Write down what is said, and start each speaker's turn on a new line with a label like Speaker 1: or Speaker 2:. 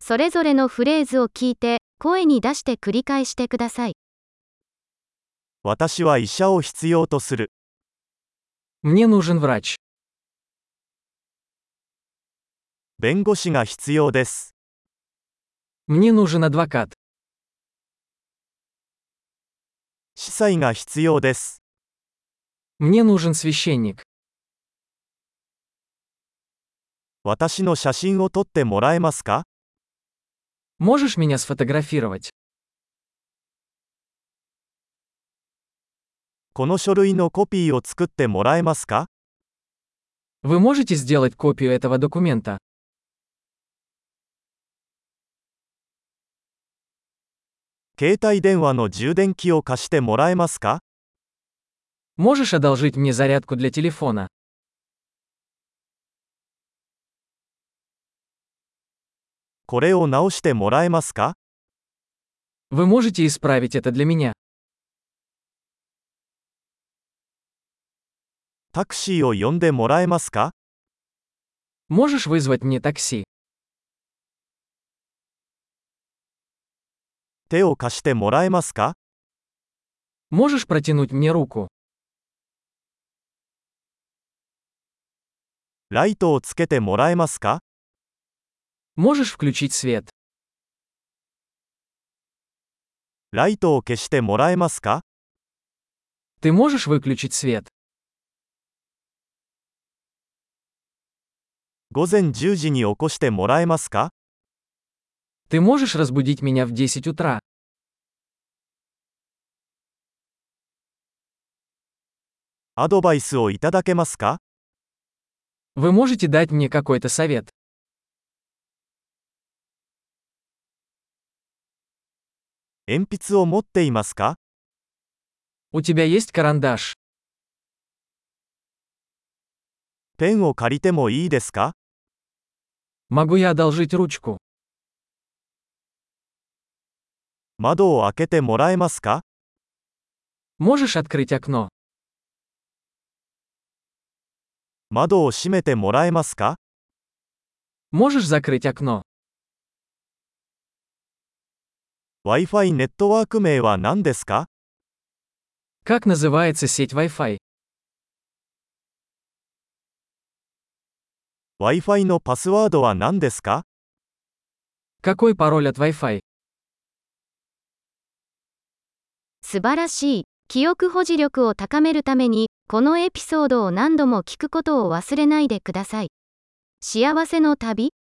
Speaker 1: それぞれのフレーズを聞いて、声に出して繰り返してください。
Speaker 2: 私は医者を必要とする。
Speaker 3: Мне нужен врач.
Speaker 2: 弁護士が必要です。
Speaker 3: Мне нужен адвокат.
Speaker 2: 司祭が必要です。
Speaker 3: Мне нужен священник.
Speaker 2: 私の写真を撮ってもらえますか
Speaker 3: Можешь меня сфотографировать?
Speaker 2: この書類のコピーを作ってもらえますか
Speaker 3: Вы можете сделать копию этого документа?
Speaker 2: 携帯電話の充電器を貸してもらえますか
Speaker 3: Можешь одолжить мне зарядку для телефона?
Speaker 2: これを直してもらえますか
Speaker 3: Вы можете исправить это для меня?
Speaker 2: タクシーを呼んでもらえますか
Speaker 3: Можешь вызвать мне такси?
Speaker 2: 手を貸してもらえますか
Speaker 3: Можешь протянуть мне руку?
Speaker 2: ライトをつけてもらえますか
Speaker 3: Можешь включить свет?
Speaker 2: ライトを消してもらえますか
Speaker 3: Ты можешь выключить свет?
Speaker 2: 午前10時に起こしてもらえますか
Speaker 3: Ты можешь разбудить меня в 10 утра?
Speaker 2: アドバイスをいただけますか
Speaker 3: Вы можете дать мне какой-то совет?
Speaker 2: 鉛筆を持っていますか
Speaker 3: У тебя есть карандаш?
Speaker 2: ペンを借りてもいいですか
Speaker 3: Могу я одолжить ручку?
Speaker 2: 窓を開けてもらえますか
Speaker 3: Можешь открыть окно?
Speaker 2: 窓を閉めてもらえますか
Speaker 3: Можешь закрыть окно?
Speaker 2: Wi-Fi ネットワーク名は何ですか
Speaker 3: Как называется сеть Wi-Fi?
Speaker 2: ?Wi-Fi のパスワードは何ですか
Speaker 3: Какой пароль от Wi-Fi?
Speaker 1: 素晴らしい。記憶保持力を高めるために、このエピソードを何度も聞くことを忘れないでください。幸せの旅